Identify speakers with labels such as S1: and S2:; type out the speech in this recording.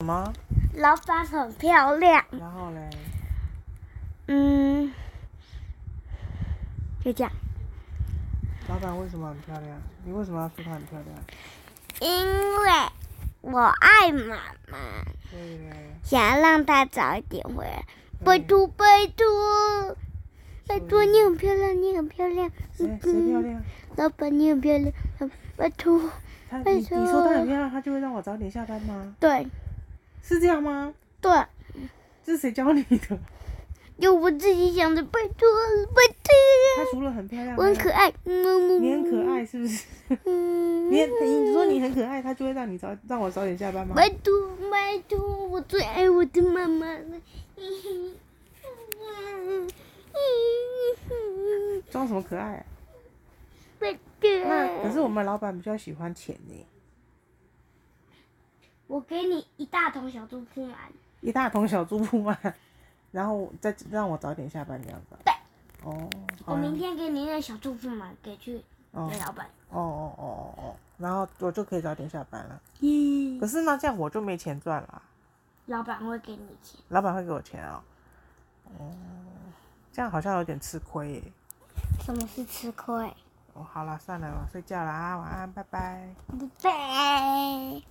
S1: 什么？
S2: 老板很漂亮。
S1: 然后嘞，
S2: 嗯，就这样，
S1: 老板为什么很漂亮？你为什么要说她很漂亮？
S2: 因为我爱妈妈，
S1: 所以嘞，
S2: 想让她早一点回来。拜
S1: 对
S2: 托，拜托，拜托，
S1: 所以
S2: 你很漂亮，你很漂亮。
S1: 谁谁漂亮？
S2: 老板，你很漂亮，拜托。
S1: 她你
S2: 拜
S1: 你
S2: 托
S1: 说她很漂亮，她就会让我早点下班吗？
S2: 对
S1: 是这样吗？
S2: 对，
S1: 这是谁教你的？
S2: 就我自己想的，拜托，拜
S1: 她
S2: 托。
S1: 除了很漂亮，啊
S2: 我很可爱，嗯
S1: 你很可爱是不是？
S2: 嗯，
S1: 你你说你很可爱，她就会让你早让我早点下班吗？
S2: 拜托，拜托，我最爱我的妈妈了。嗯
S1: 装什么可爱啊、
S2: 拜托。
S1: 那可是我们老板比较喜欢钱呢、
S2: 我给你一大桶小猪铺满。
S1: 一大桶小猪铺满， 然后再让我早点下班这样子啊。
S2: 对，
S1: 哦，好
S2: 我
S1: 啊
S2: 明天给你那小猪铺满，给去
S1: 哦
S2: 给老板。
S1: 哦哦哦哦哦，然后我就可以早点下班了。
S2: 咦
S1: 可是呢，这样我就没钱赚了啊，
S2: 老板会给你钱。
S1: 老板会给我钱哦。哦，这样好像有点吃亏耶。
S2: 什么是吃亏？
S1: 哦，好了，算了，我睡觉了啊，晚安，拜拜。
S2: 拜拜。